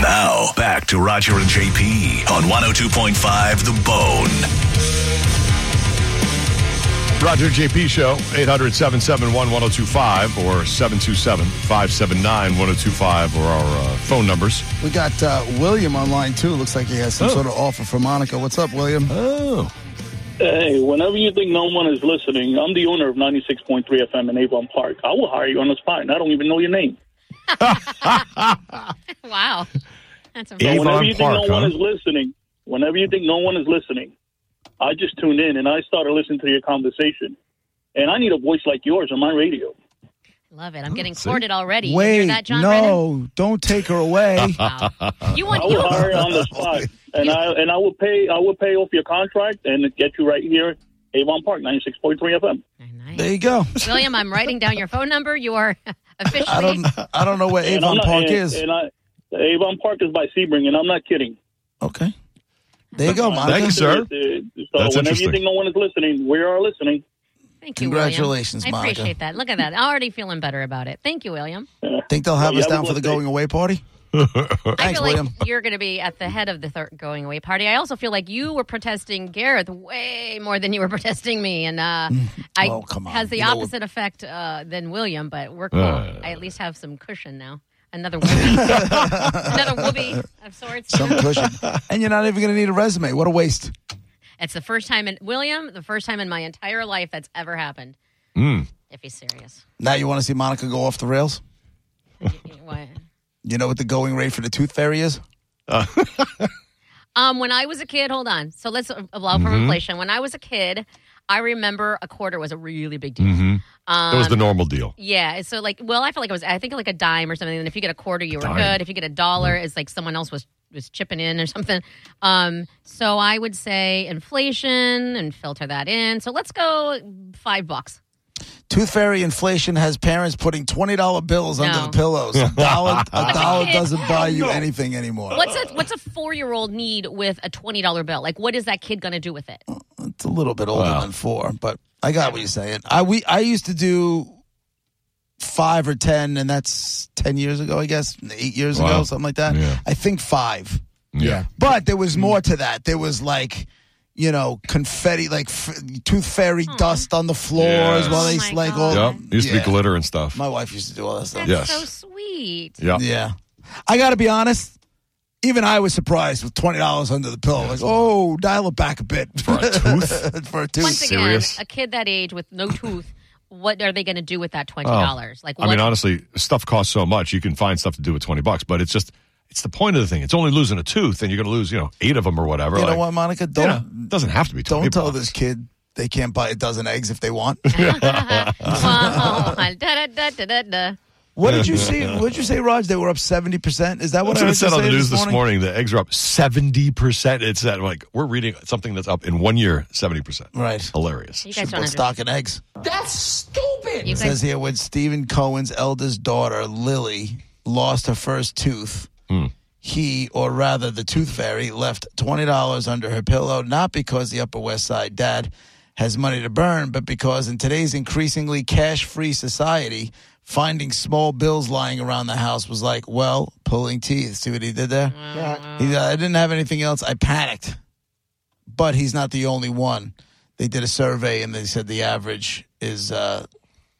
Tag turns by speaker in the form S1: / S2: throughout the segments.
S1: Now, back to Roger and JP on 102.5 The Bone.
S2: Roger and JP Show, 800 771 1025 or 727 579 1025 or our uh, phone numbers.
S3: We got uh, William online too. Looks like he has some
S2: Oh.
S3: sort of offer for Monica. What's up, William?
S2: Oh.
S4: Hey, whenever you think no one is listening, I'm the owner of 96.3 FM in Avon Park. I will hire you on the spot, and I don't even know your name.
S5: Wow. That's a
S2: Yeah.
S4: So whenever
S2: Avon
S4: you
S2: Park,
S4: think no
S2: huh?
S4: one is listening, whenever you think no one is listening, I just tuned in and I started listening to your conversation. And I need a voice like yours on my radio.
S5: Love it. I'm getting
S2: see.
S5: courted already. you hear
S3: Wait,
S5: that, John
S3: no, don't take her away.
S5: Brennan? Wow. You
S4: I
S5: want
S4: will
S5: you
S4: hire you on the spot, and I and I will pay I will pay off your contract and get you right here, Avon Park, 96.3 FM.
S3: there
S5: nice.
S3: you go.
S5: William, I'm writing down your phone number. You are
S3: I
S5: officially
S3: don't, I don't know where
S4: And
S3: Avon
S4: I'm not-
S3: Park
S4: and-
S3: is.
S4: And I, Avon Park is by Sebring, and I'm not kidding.
S3: Okay, there you go, Monica.
S2: Thank you, sir. That's
S4: So uh, whenever
S2: interesting.
S4: you think no one is listening, we are listening.
S5: Thank you, William.
S3: Congratulations,
S5: I
S3: Monica.
S5: appreciate that. Look at that. Already feeling better about it. Thank you, William.
S3: Think they'll have
S4: Yeah,
S3: us
S4: I would
S3: down for the
S4: love to-
S3: going away party?
S5: I
S3: Thanks,
S5: feel like
S3: William.
S5: you're going to be at the head of the thir- going away party. I also feel like you were protesting Gareth way more than you were protesting me, and uh, I
S3: Oh, come on.
S5: has the
S3: You know what-
S5: opposite effect uh, than William. But we're cool.
S2: Uh.
S5: I at least have some cushion now. Another whoopee. another whoopee of sorts. you
S3: Some
S5: know?
S3: cushion, and you're not even going to need a resume. What a waste!
S5: It's the first time in William, the first time in my entire life that's ever happened.
S3: Mm.
S5: If he's serious,
S3: Now you want to see Monica go off the rails?
S5: What?
S3: You know what the going rate for the Tooth Fairy is?
S5: Um, when I was a kid, hold on. So let's uh, allow for
S2: Mm-hmm.
S5: inflation. When I was a kid, I remember a quarter was a really big deal.
S2: Mm-hmm.
S5: Um,
S2: that was the normal deal.
S5: Yeah. So like, well, I felt like it was. I think like a dime or something. And if you get a quarter, you were
S2: Dime. Mm-hmm.
S5: good. If you get a dollar, it's like someone else was was chipping in or something. Um, so I would say inflation and filter that in. So let's go five bucks.
S3: Tooth Fairy inflation has parents putting twenty dollar bills under
S5: No.
S3: the pillows. A dollar, a dollar
S5: kid.
S3: doesn't buy you anything anymore.
S5: What's a what's a four year old need with a twenty dollar bill? Like, what is that kid gonna do with it?
S3: It's a little bit older
S2: Wow.
S3: than four, but I got what you're saying. I we I used to do five or ten, and that's ten years ago, I guess, eight years
S2: Wow.
S3: ago, something like that.
S2: Yeah.
S3: I think five.
S2: Yeah.
S3: But there was more to that. There was like, you know, confetti, like f- tooth fairy dust on the floors
S2: Yes.
S3: while they
S5: Hmm. Oh my
S3: like all.
S5: God.
S2: Yep. Used to
S3: Yeah.
S2: be glitter and stuff.
S3: My wife used to do all that stuff.
S5: That's
S2: Yes.
S5: so sweet.
S2: yeah.
S3: Yeah. I got to be honest. Even I was surprised with twenty dollars under the pillow. Like, oh, dial it back a bit for
S2: a tooth?
S3: for a tooth.
S5: Once again,
S2: Serious?
S5: a kid that age with no tooth, what are they gonna do with that twenty dollars? Like,
S2: Oh. I
S5: what?
S2: mean, honestly, stuff costs so much. You can find stuff to do with 20 bucks, but it's just, it's the point of the thing. It's only losing a tooth and you're going to lose, you know, eight of them or whatever.
S3: you
S2: Like,
S3: know what, Monica? Don't
S2: yeah, it doesn't have to be 20
S3: don't tell
S2: bucks.
S3: this kid they can't buy a dozen eggs if they want.
S5: Wow. Da, da, da, da, da, da.
S3: what did you see? What did you say, Raj? They were up seventy percent. Is that what
S2: That's what
S3: I heard
S2: it said
S3: you
S2: on the
S3: say
S2: news this morning. The eggs are up 70%. It's that, like, we're reading something that's up in one year, 70%.
S3: Right.
S2: Hilarious.
S5: You guys don't
S3: Well,
S5: understand.
S3: stock and eggs.
S5: You
S3: It says
S5: guys,
S3: here when Stephen Cohen's eldest daughter, Lily, lost her first tooth, he, or rather the tooth fairy, left $20 under her pillow, not because the Upper West Side dad has money to burn, but because in today's increasingly cash free society, finding small bills lying around the house was like, well, pulling teeth. See what he did there? He, uh, I didn't have anything else. I panicked but he's not the only one. They did a survey and they said the average is uh,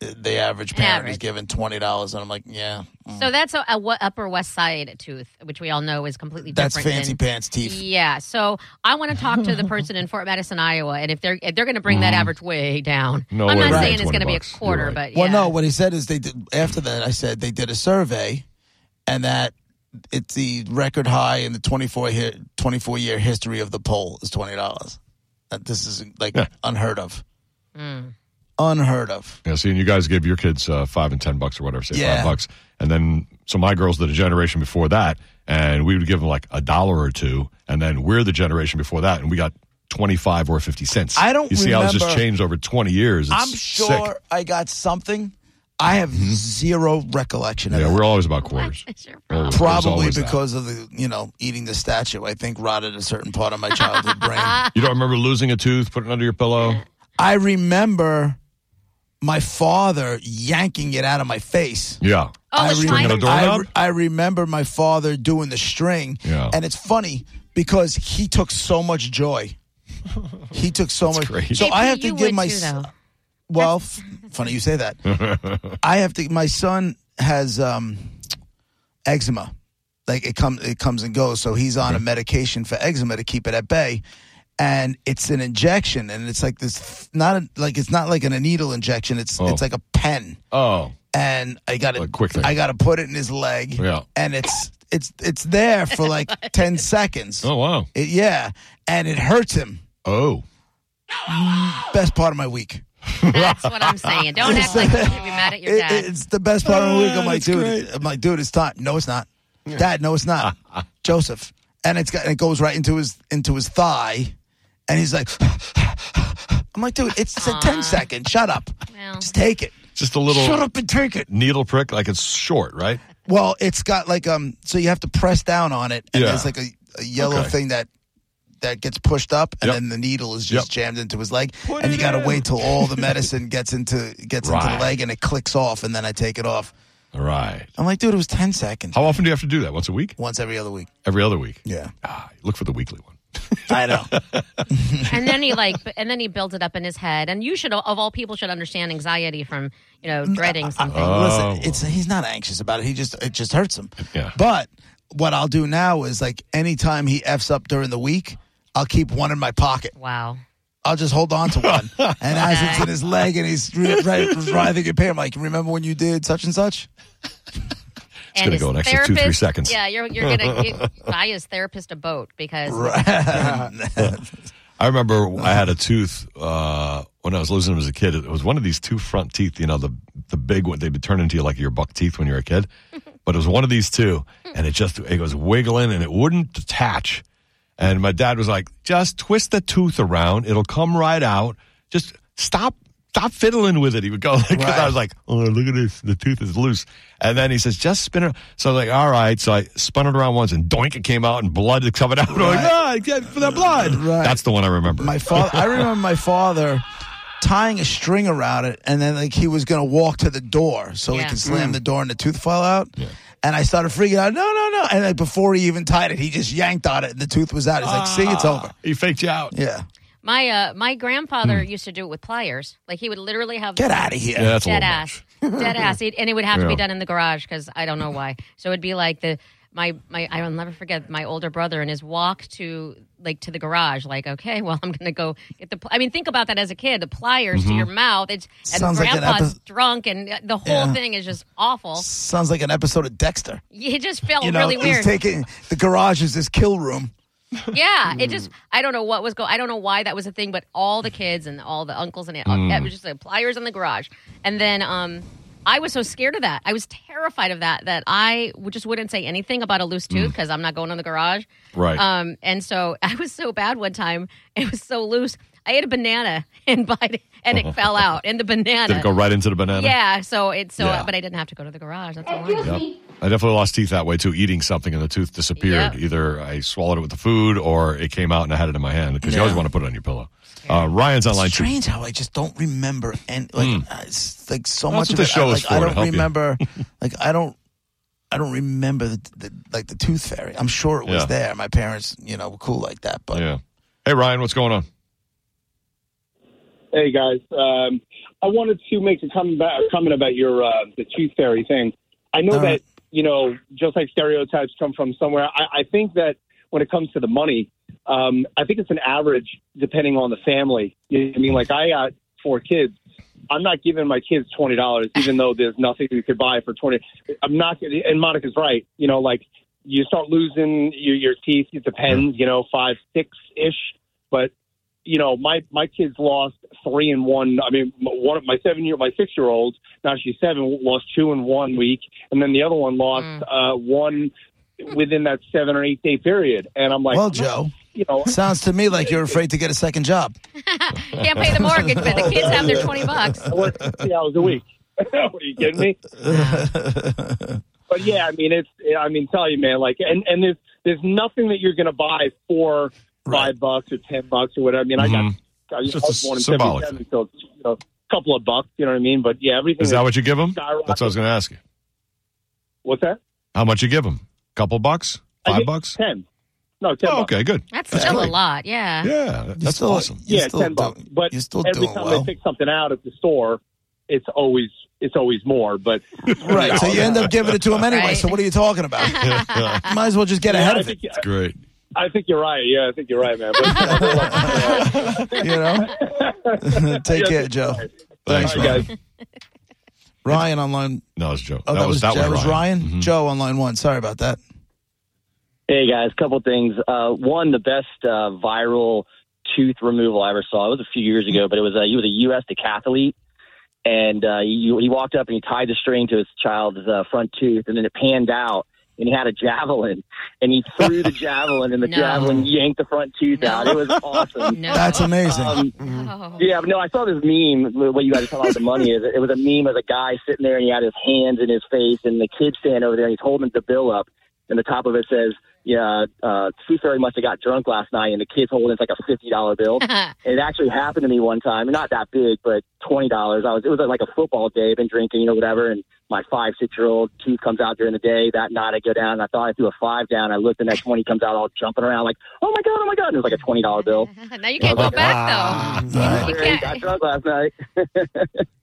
S3: the average
S5: An
S3: parent is
S5: average.
S3: given twenty dollars, and I'm like, yeah,
S5: so that's a, a what Upper West Side tooth, which we all know is completely
S3: that's
S5: different.
S3: fancy
S5: than,
S3: pants teeth.
S5: Yeah. So I want to talk to the person in Fort Madison, Iowa, and if they're if they're going to bring that average way down,
S2: Mm. No
S5: I'm
S2: way
S5: not
S2: we're
S5: saying
S2: paying
S5: it's going to
S2: 20
S5: be a
S2: bucks. You're
S5: quarter,
S2: right.
S5: but
S3: Well,
S5: yeah.
S3: no, what he said is they did. After that, I said they did a survey, and that it's the record high in the 24 year 24 year history of the poll is twenty dollars. This is like
S2: Yeah.
S3: unheard of.
S5: Mm.
S3: Unheard of.
S2: Yeah, see, and you guys give your kids uh, five and ten bucks or whatever, say
S3: Yeah.
S2: five bucks, and then so my girls did a generation before that, and we would give them like a dollar or two, and then we're the generation before that, and we got twenty five or fifty cents.
S3: I don't
S2: You see how it's just
S3: remember-
S2: changed over twenty years. It's
S3: I'm sure
S2: sick.
S3: I got something. I have zero recollection of
S2: Mm-hmm. Yeah,
S3: that.
S2: we're always about quarters.
S5: It's your
S2: Well, it
S5: problem.
S2: was
S3: Probably
S2: always that.
S3: because of the, you know, eating the statue, I think rotted a certain part of my childhood brain.
S2: you don't remember losing a tooth, putting it under your pillow.
S3: I remember my father yanking it out of my face.
S2: Yeah,
S5: Oh, it's
S3: remember-
S5: Stringing
S2: a doorknob?
S3: I, re- I remember my father doing the string,
S2: Yeah.
S3: and it's funny because he took so much joy. He took so much.
S2: great.
S3: So
S5: JP,
S3: I have to
S5: you
S3: give
S5: would
S3: my
S5: too,
S3: s-
S5: though.
S3: well. F- funny you say that. I have to. My son has um, eczema. Like it comes, it comes and goes. So he's on a medication for eczema to keep it at bay, and it's an injection, and it's like this. th- Not a, like it's not like an, a needle injection. It's
S2: Oh.
S3: it's like a pen
S2: Oh,
S3: and I got
S2: Like
S3: it
S2: quick thing.
S3: I got to put it in his leg.
S2: Yeah.
S3: And it's it's it's there for like 10 seconds.
S2: oh, wow.
S3: It- yeah, and it hurts him.
S2: Oh,
S3: Best part of my week.
S5: That's what I'm saying. Don't act like you should be mad at your
S3: It-
S5: dad.
S3: it's the best part of my week. I'm
S2: Ah,
S3: like,
S2: that's
S3: dude,
S2: great.
S3: I'm like, dude, it's time. No, it's not. Dad, no, it's not. Joseph, and it's got and it goes right into his into his thigh, and he's like, I'm like, dude, it's, a 10 second. Shut up.
S5: Well.
S3: Just take it.
S2: just a little
S3: Shut up and take it.
S2: needle prick. Like it's short, right?
S3: Well, it's got like um, so you have to press down on it, and
S2: Yeah.
S3: there's like a, a yellow
S2: Okay.
S3: thing that that gets pushed up, and
S2: Yep.
S3: then the needle is just
S2: Yep.
S3: jammed into his leg,
S2: Put it
S3: and you got to
S2: in.
S3: wait till all the medicine gets into gets into
S2: Right.
S3: the leg, and it clicks off, and then I take it off.
S2: All right.
S3: I'm like, dude, it was ten seconds.
S2: How often do you have to do that? Once a week?
S3: Once every other week.
S2: Every other week?
S3: Yeah,
S2: Ah, look for the weekly one.
S3: I know.
S5: and then he like, b- and then he built it up in his head. And you should, of all people, should understand anxiety from you know dreading something.
S2: Oh.
S3: Listen, it's he's not anxious about it. He just it just hurts him.
S2: Yeah.
S3: But what I'll do now is like anytime he f's up during the week, I'll keep one in my pocket.
S5: wow.
S3: I'll just hold on to one. And as it's in his leg and he's re- re- writhing in pain, I'm like, remember when you did such and such?
S5: It's
S2: gonna go an extra two, three seconds.
S5: Yeah, you're you're gonna get, buy his therapist a boat because
S2: I remember I had a tooth uh, when I was losing them as a kid. It was one of these two front teeth, you know, the the big one. They would turn into like your buck teeth when you're a kid, but it was one of these two, and it just it was wiggling and it wouldn't detach. And my dad was like, "Just twist the tooth around; it'll come right out. Just stop." Stop fiddling with it. He would go because I
S3: Right.
S2: was like, "Oh, look at this! The tooth is loose." And then he says, "Just spin it." So I was like, "All right." So I spun it around once, and doink! It came out, and blood had coming out. I'm like,
S3: Right.
S2: "Ah, get for the blood!"
S3: Right.
S2: That's the one I remember.
S3: My father, I remember my father tying a string around it, and then like he was gonna walk to the door so he
S5: Yeah.
S3: could slam the door and the tooth fell out. And I started freaking out. No, no, no! And like before he even tied it, he just yanked on it, and the tooth was out. He's like, "See,
S5: Ah.
S3: it's over."
S2: He faked you out.
S3: Yeah,
S5: my uh, my grandfather
S2: Hmm.
S5: used to do it with pliers. Like he would literally have
S3: get out of here.
S2: Yeah, that's a
S5: dead
S2: little
S5: ass,
S2: much.
S5: dead ass, It- and it would have to
S2: Yeah.
S5: be done in the garage because I don't know why. So it'd be like the my my I'll never forget my older brother and his walk to like to the garage. Like okay, well I'm gonna go get the. Pl-. I mean, think about that as a kid. The pliers
S2: Mm-hmm.
S5: to your mouth. It's and
S3: Sounds like an
S5: grandpa's
S3: epi-
S5: drunk and uh, the whole
S3: Yeah.
S5: thing is just awful.
S3: Sounds like an episode of Dexter.
S5: It just felt
S3: You know,
S5: Oh, really
S3: he's
S5: weird.
S3: taking the garage is his kill room.
S5: yeah, it
S2: Mm.
S5: just I don't know what was going. I don't know why that was a thing, but all the kids and all the uncles and it, uh, it
S2: Mm.
S5: was just like pliers in the garage. And then um, I was so scared of that. I was terrified of that that I would- just wouldn't say anything about a loose tooth because I'm not going in the garage.
S2: Mm. Right.
S5: Um, and so I was so bad one time. It was so loose. I ate a banana and bite it, and it fell out. And the banana.
S2: Did it go right into the banana?
S5: yeah. So it's so.
S2: Yeah.
S5: But I didn't have to go to the garage. That's all. I know.
S2: Yep. I definitely lost teeth that way too. Eating something and the tooth disappeared.
S5: Yep.
S2: Either I swallowed it with the food or it came out and I had it in my hand because you always
S3: Yeah.
S2: want to put it on your pillow. Uh, Ryan's online too.
S3: strange how I just don't remember and like uh, it's like so
S2: That's what
S3: much of
S2: the
S3: it.
S2: show
S3: I,
S2: is
S3: like,
S2: for,
S3: I
S2: to
S3: don't
S2: help you.
S3: remember like I don't I don't remember the, the like the tooth fairy. I'm sure it was
S2: Yeah.
S3: there. My parents, you know, were cool like that, but
S2: Yeah. Hey Ryan, what's going on?
S4: Hey guys, um, I wanted to make a comment about, a comment about your uh, the tooth fairy thing. I know
S3: All
S4: that
S3: right.
S4: you know, just like stereotypes come from somewhere. I, I think that when it comes to the money, um, I think it's an average depending on the family. You know what I mean, like I got four kids. I'm not giving my kids twenty dollars, even though there's nothing you could buy for twenty. I'm not. And Monica's right. You know, like you start losing your, your teeth. It depends. You know, five, six ish. But you know, my my kids lost three in one. I mean, m- one of my seven year, my six year old now she's seven lost two in one week, and then the other one lost uh, one within that seven or eight day period. And I'm like,
S3: well, Joe,
S4: you know,
S3: sounds to me like you're afraid to get a second job.
S5: Can't pay the mortgage, but the kids have their twenty bucks.
S4: I work sixty hours a week. Are you kidding me? but yeah, I mean, it's I mean, tell you, man, like, and and there's there's nothing that you're gonna buy for five bucks or ten bucks or whatever. I mean, I got I
S2: Mm-hmm. It's
S4: just,
S2: just a
S4: was born in
S2: symbolic
S4: '77, so it's, you know, a couple of bucks. You know what I mean? But yeah, everything
S2: Is that what you give him?
S4: Skyrocket.
S2: That's what I was going to ask you.
S4: What's that?
S2: How much you give them? Couple bucks?
S4: I
S2: Five
S4: give
S2: bucks?
S4: Ten. No, ten.
S2: Oh,
S4: bucks.
S2: okay, good.
S5: That's,
S2: That's
S5: still
S2: great.
S5: a lot. Yeah.
S2: Yeah, that- that's
S3: still,
S2: awesome.
S3: You're
S4: yeah,
S3: still
S4: ten bucks.
S3: doing-
S4: But
S3: you're still
S4: every
S3: doing
S4: time
S3: well.
S4: they pick something out at the store, it's always it's always more. But
S3: Right. So you end up giving it to him anyway.
S5: Right.
S3: So what are you talking about? Might as well just get ahead
S4: I
S3: of it.
S4: think,
S2: Great.
S4: I think you're right. Yeah, I think you're right, man. uh, But,
S3: You know. Take care, Joe.
S2: Thanks,
S4: All right,
S2: Ryan.
S4: guys.
S3: Ryan on line.
S2: No, it's Joe.
S3: Oh, that, was, that was Ryan. Mm-hmm.
S2: Mhm.
S3: Joe on line one. Sorry about that.
S6: Hey guys, couple things. Uh, one, the best uh, viral tooth removal I ever saw. It was a few years ago, but it was uh, he was a U.S. decathlete, and uh, he, he walked up and he tied the string to his child's uh, front tooth, and then it panned out, and he had a javelin, and he threw the javelin, and the
S5: No.
S6: javelin yanked the front tooth out. It was awesome.
S5: No.
S3: That's amazing.
S6: Um,
S5: No.
S6: yeah, but no, I saw this meme. What you guys talking about the money is? It was a meme of a guy sitting there and he had his hands in his face, and the kid standing over there and he's holding the bill up, and the top of it says, "Yeah, uh, Tooth Fairy must have got drunk last night," and the kid's holding it's like a fifty dollar bill. And it actually happened to me one time, not that big, but twenty dollars. I was it was like a football day. I've been drinking, you know, whatever. And my five six year old tooth comes out during the day. That night I go down. And I thought I threw a five down. I look, the next one he comes out all jumping around like, "Oh my god, oh my god!" And it was like a twenty dollar bill.
S5: now you can't go back though.
S3: Ah, Right.
S5: You
S6: Fairy got
S5: can't-
S6: drunk last night.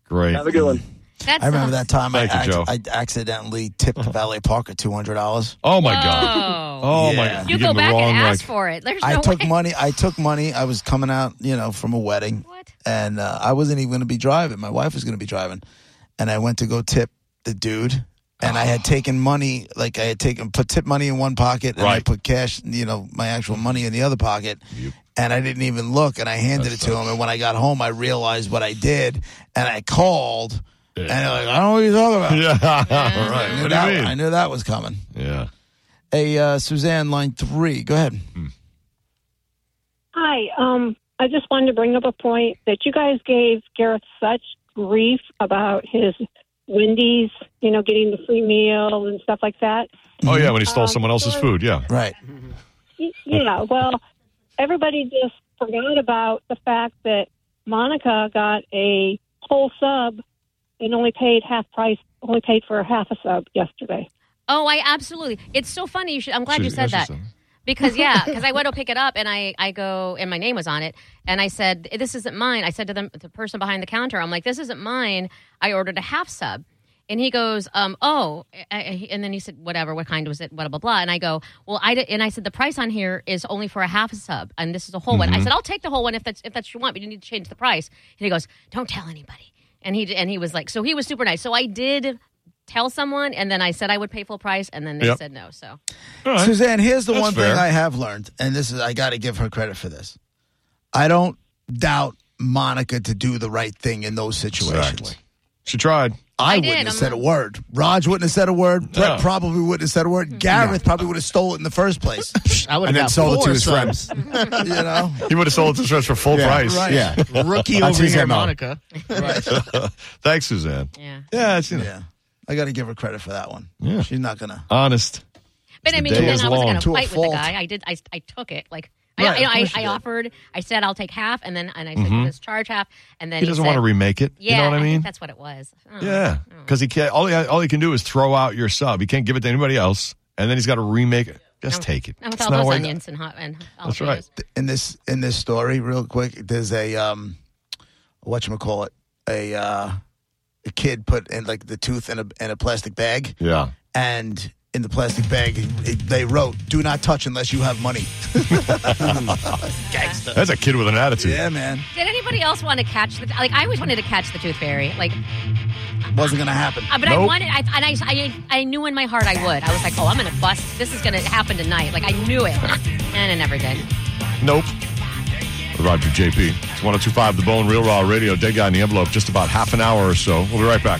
S2: Great.
S6: Have a good one.
S5: That's
S3: I remember that time I,
S2: Thank you, Mm.
S3: ac- I accidentally tipped Valet Parker two hundred dollars.
S2: Oh my god.
S5: Oh.
S2: Oh my
S3: Yeah.
S2: god.
S5: You
S2: give
S5: go
S2: him the
S5: back
S2: wrong
S5: and ask
S2: like-
S5: for it. There's
S3: I
S5: no
S3: took
S5: way.
S3: money. I took money. I was coming out, you know, from a wedding,
S5: What?
S3: and uh, I wasn't even going to be driving. My wife was going to be driving, and I went to go tip the dude, and I
S5: Oh.
S3: had taken money, like I had taken put tip money in one pocket, and I
S2: Right.
S3: put cash, you know, my actual money in the other pocket,
S2: You-
S3: and I didn't even look, and I handed
S2: That
S3: it to him, and when I got home, I realized what I did, and I called, and they're like, I don't know what you're talking about.
S2: Yeah. All
S3: I
S2: right.
S3: knew
S2: What do
S3: that-
S2: you
S3: I
S2: mean?
S3: knew that was coming.
S2: Yeah.
S3: Hey, uh, Suzanne, line three. Go ahead.
S7: Hi. Um, I just wanted to bring up a point that you guys gave Gareth such grief about his Wendy's, you know, getting the free meal and stuff like that.
S2: Oh
S5: Mm-hmm.
S2: yeah, when he stole
S7: Um,
S2: someone else's
S7: so-
S2: food. Yeah.
S3: Right.
S7: Y- Yeah, well, everybody just forgot about the fact that Monica got a whole sub and only paid half price, only paid for half a sub yesterday.
S5: Oh, I absolutely. It's so funny. You should. I'm glad
S2: She-
S5: you
S2: yeah,
S5: said
S2: she
S5: that. because yeah, because I went to pick it up and I I go and my name was on it and I said this isn't mine. I said to the, the person behind the counter, I'm like this isn't mine. I ordered a half sub. And he goes, um, oh, I- I- and then he said, whatever, what kind was it, blah, blah, blah. And I go, well, I did, and I said, the price on here is only for a half a sub, and this is a whole one. I said, I'll take the whole one if that's if that's what you want, but you need to change the price. And he goes, don't tell anybody. And he and he was like, so he was super nice. So I did tell someone, and then I said I would pay full price, and then they
S2: Yep.
S5: said no. So
S2: All right.
S3: Suzanne, here's the
S2: That's
S3: one
S2: fair.
S3: thing I have learned, and this is I got to give her credit for this. I don't doubt Monica to do the right thing in those situations.
S2: Exactly. She tried.
S3: I,
S5: I
S3: wouldn't
S5: did,
S3: have
S5: I'm
S3: said a
S5: not-
S3: word. Raj wouldn't have said a word.
S2: No.
S3: Brett probably wouldn't have said a word. Gareth probably would have stole it in the first place.
S8: I would
S2: And
S8: have
S2: then
S8: got
S2: sold it to
S8: four
S2: his
S8: subs.
S3: you know,
S2: He would have sold it to us for full
S8: Yeah,
S2: price.
S3: right.
S8: Yeah, rookie
S2: That's
S8: over
S2: his
S8: here,
S2: MO.
S8: Monica.
S2: Thanks, Suzanne.
S5: yeah.
S2: Yeah, it's you know,
S3: yeah. I got to give her credit for that one.
S2: Yeah.
S3: She's not gonna.
S2: honest.
S5: But I mean,
S2: day
S5: then I
S2: is
S5: wasn't
S2: long.
S5: going
S3: To
S5: to
S3: a
S5: fight with the
S3: fault.
S5: guy. I did. I, I took it. Like
S3: Right,
S5: I,
S3: of
S5: I,
S3: course you
S5: I,
S3: did.
S5: offered. I said I'll take half, and then and I said just charge half, and then
S2: Mm-hmm. He doesn't
S5: said,
S2: want to remake it.
S5: Yeah,
S2: you know what I
S5: think
S2: mean?
S5: that's what it was. Oh.
S2: yeah, because he can't. All he, all he can do is throw out your sub. He can't give it to anybody else, and then he's got to remake it. Just take it.
S5: And with
S2: It's
S5: all
S2: not
S5: those
S2: like-
S5: onions and hot and
S2: That's right.
S3: In this in this story, real quick, there's a um, what you call it? A uh, a kid put in like the tooth in a in a plastic bag.
S2: Yeah.
S3: and in the plastic bag it- they wrote do not touch unless you have money
S2: That's a kid with an attitude.
S3: yeah man
S5: Did anybody else want to catch the? Like I always wanted to catch the tooth fairy. Like, uh,
S3: wasn't gonna happen
S5: but I
S2: Nope.
S5: wanted. I and I, I I knew in my heart I would. I was like, oh, I'm going to bust. This is going to happen tonight. Like I knew it, and it never did.
S2: Nope. Roger JP. It's 1025 The Bone Real Raw Radio. Dead Guy in the Envelope. Just about half an hour or so. We'll be right back.